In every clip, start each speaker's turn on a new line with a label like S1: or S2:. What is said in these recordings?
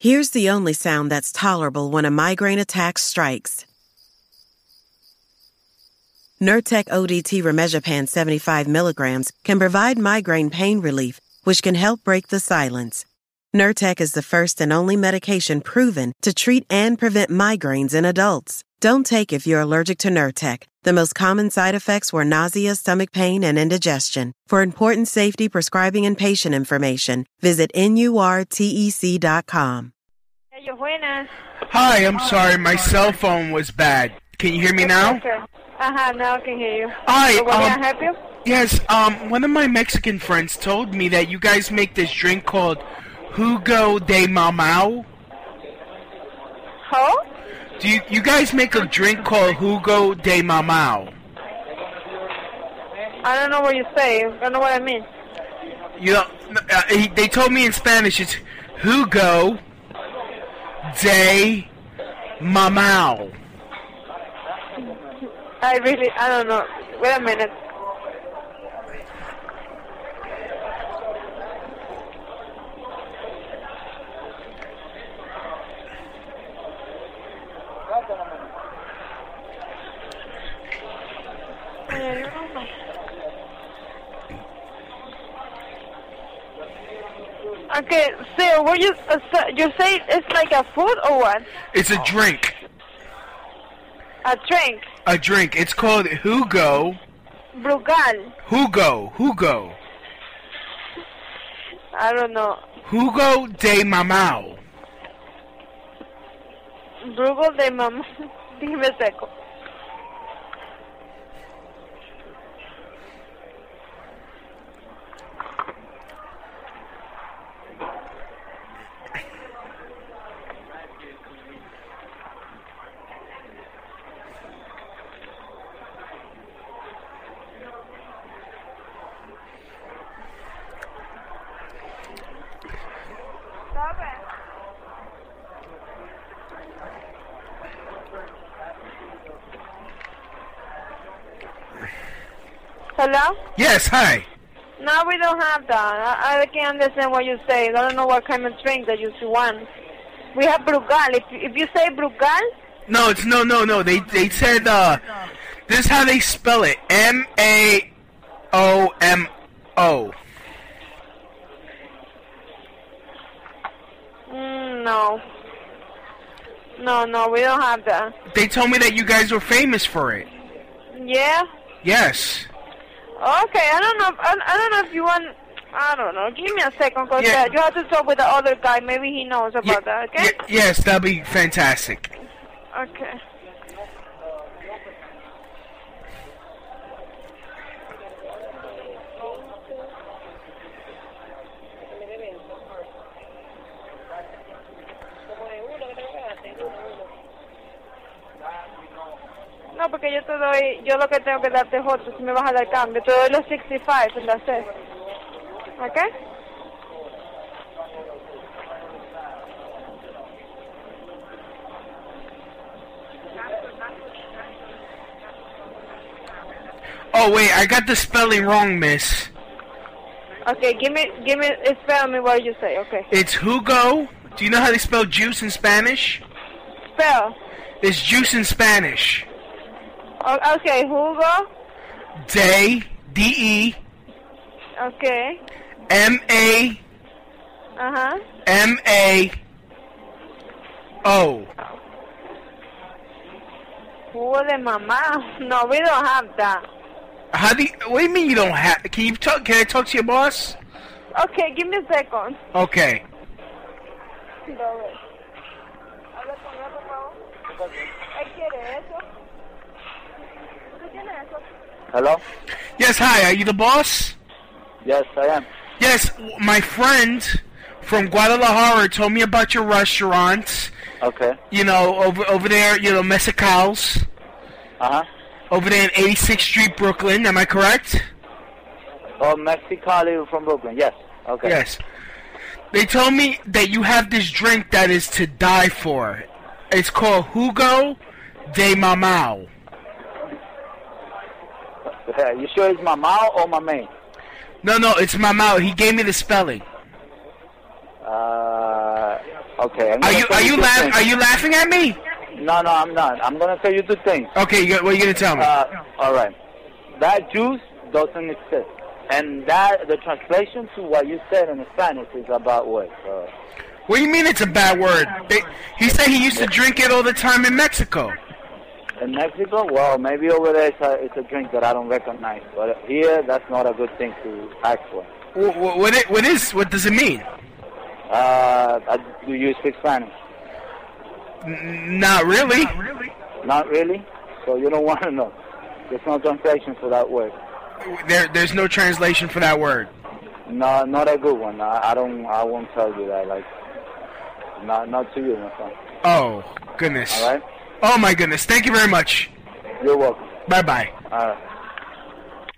S1: Here's the only sound that's tolerable when a migraine attack strikes. Nurtec ODT Remezapan 75 milligrams can provide migraine pain relief, which can help break the silence. Nurtec is the first and only medication proven to treat and prevent migraines in adults. Don't take if you're allergic to Nurtec. The most common side effects were nausea, stomach pain, and indigestion. For important safety, prescribing, and patient information, visit E nurtec.com.
S2: Ellos, buenas.
S3: Hi, I'm sorry, my cell phone was bad. Can you hear me now?
S2: Okay. Uh-huh, now I can hear you.
S3: Hi,
S2: So what can
S3: um,
S2: I help you?
S3: Yes, um, one of my Mexican friends told me that you guys make this drink called Hugo de Mamao.
S2: Hello?
S3: Do you, you guys make a drink called Hugo de Mamao?
S2: I don't know what you say. I don't know what I mean.
S3: You know, uh, he, they told me in Spanish it's Hugo de Mamao.
S2: I really, I don't know. Wait a minute. Okay, so what you uh, so you say it's like a food or what?
S3: It's a drink.
S2: A drink,
S3: A drink. It's called Hugo.
S2: brugal.
S3: Hugo. Hugo.
S2: I don't know.
S3: Hugo de Mamao.
S2: Brugal de mamá. Dime seco. Hello?
S3: Yes, hi.
S2: No, we don't have that. I, I can't understand what you say. I don't know what kind of drink that you want. We have Brugal. If, if you say Brugal,
S3: No, it's no, no, no. They they said uh, this is how they spell it: M A O M O.
S2: mm, no. No, no, we don't have that.
S3: They told me that you guys were famous for it.
S2: Yeah?
S3: Yes.
S2: Okay, I don't know. If, I, I don't know if you want. I don't know. Give me a second, because
S3: Yeah.
S2: you have to talk with the other guy. Maybe he knows about
S3: Ye-
S2: that, okay?
S3: ye- yes, that'd be fantastic.
S2: Okay. No, porque yo te doy, yo lo que tengo que darte es otro, si me vas a dar cambio, te doy los 65 en la C. ¿Ok?
S3: Oh wait, I got the spelling wrong, Miss.
S2: Okay, give me, give me, spell me what you say, okay.
S3: It's Hugo. Do you know how they spell juice in Spanish?
S2: Spell.
S3: It's juice in Spanish.
S2: O- Okay, Hugo.
S3: Day D E
S2: Okay.
S3: M A
S2: Uh-huh.
S3: M A O.
S2: Hugo de mamá. No, we don't have that.
S3: How do you, what do you mean you don't have? Can you talk? Can I talk to your boss?
S2: Okay, give me a second.
S3: Okay.
S4: Hello?
S3: Yes, hi. Are you the boss?
S4: Yes, I am.
S3: Yes, w- my friend from Guadalajara told me about your restaurants.
S4: Okay.
S3: You know, over over there, you know, Mesicals,
S4: Uh huh.
S3: over there in 86th Street, Brooklyn. Am I correct?
S4: Oh, Mexicali from Brooklyn. Yes. Okay.
S3: Yes. They told me that you have this drink that is to die for. It's called Hugo de Mamau.
S4: Yeah, Uh, you sure it's Mamao or Mamay?
S3: No, no, it's Mamau. He gave me the spelling.
S4: Uh, okay. I'm
S3: Are
S4: gonna
S3: you
S4: tell
S3: are you
S4: two
S3: laughing?
S4: things.
S3: Are you laughing at me?
S4: No, no, I'm not. I'm gonna tell you two things.
S3: Okay, you got- what are you gonna tell me?
S4: Uh, all right. That juice doesn't exist, and that the translation to what you said in Spanish is about what? Uh,
S3: What do you mean it's a bad word? They, he said he used to drink it all the time in Mexico.
S4: in Mexico, well, maybe over there it's a, it's a drink that I don't recognize, but here that's not a good thing to ask for.
S3: What, what, it, what is? What does it mean?
S4: Uh, I- do you speak Spanish?
S3: N- Not really.
S4: Not really. So you don't want to know. There's no translation for that word.
S3: There, there's no translation for that word.
S4: No, not a good one. I, I don't. I won't tell you that. Like, not not to you, my son.
S3: Oh goodness.
S4: All right.
S3: Oh my goodness. Thank you very much.
S4: You're welcome.
S3: Bye bye.
S4: All right.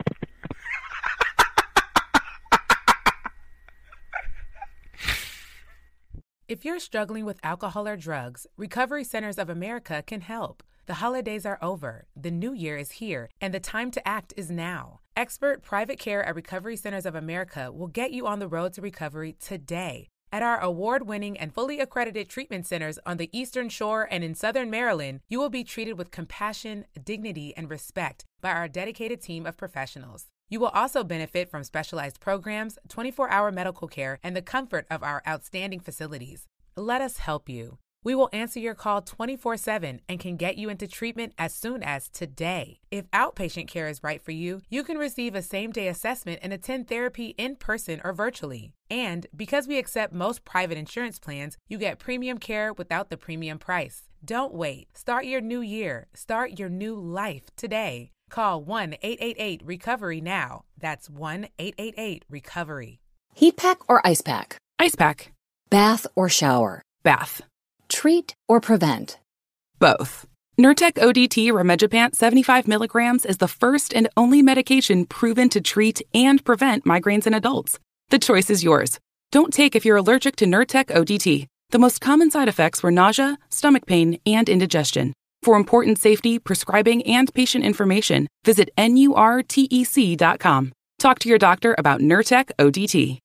S5: If you're struggling with alcohol or drugs, Recovery Centers of America can help. The holidays are over, the new year is here, and the time to act is now. Expert private care at Recovery Centers of America will get you on the road to recovery today. At our award winning and fully accredited treatment centers on the Eastern Shore and in Southern Maryland, you will be treated with compassion, dignity, and respect by our dedicated team of professionals. You will also benefit from specialized programs, 24 hour medical care, and the comfort of our outstanding facilities. Let us help you. We will answer your call 24 7 and can get you into treatment as soon as today. If outpatient care is right for you, you can receive a same day assessment and attend therapy in person or virtually. And because we accept most private insurance plans, you get premium care without the premium price. Don't wait. Start your new year. Start your new life today. Call 1 888 Recovery now. That's 1 888 Recovery.
S6: Heat pack or ice pack?
S7: Ice pack.
S6: Bath or shower?
S7: Bath.
S6: Treat or prevent?
S7: Both. Nurtec ODT Remegipant 75 milligrams is the first and only medication proven to treat and prevent migraines in adults. The choice is yours. Don't take if you're allergic to Nurtec ODT. The most common side effects were nausea, stomach pain, and indigestion. For important safety, prescribing, and patient E information, visit nurtec.com. Talk to your doctor about Nurtec ODT.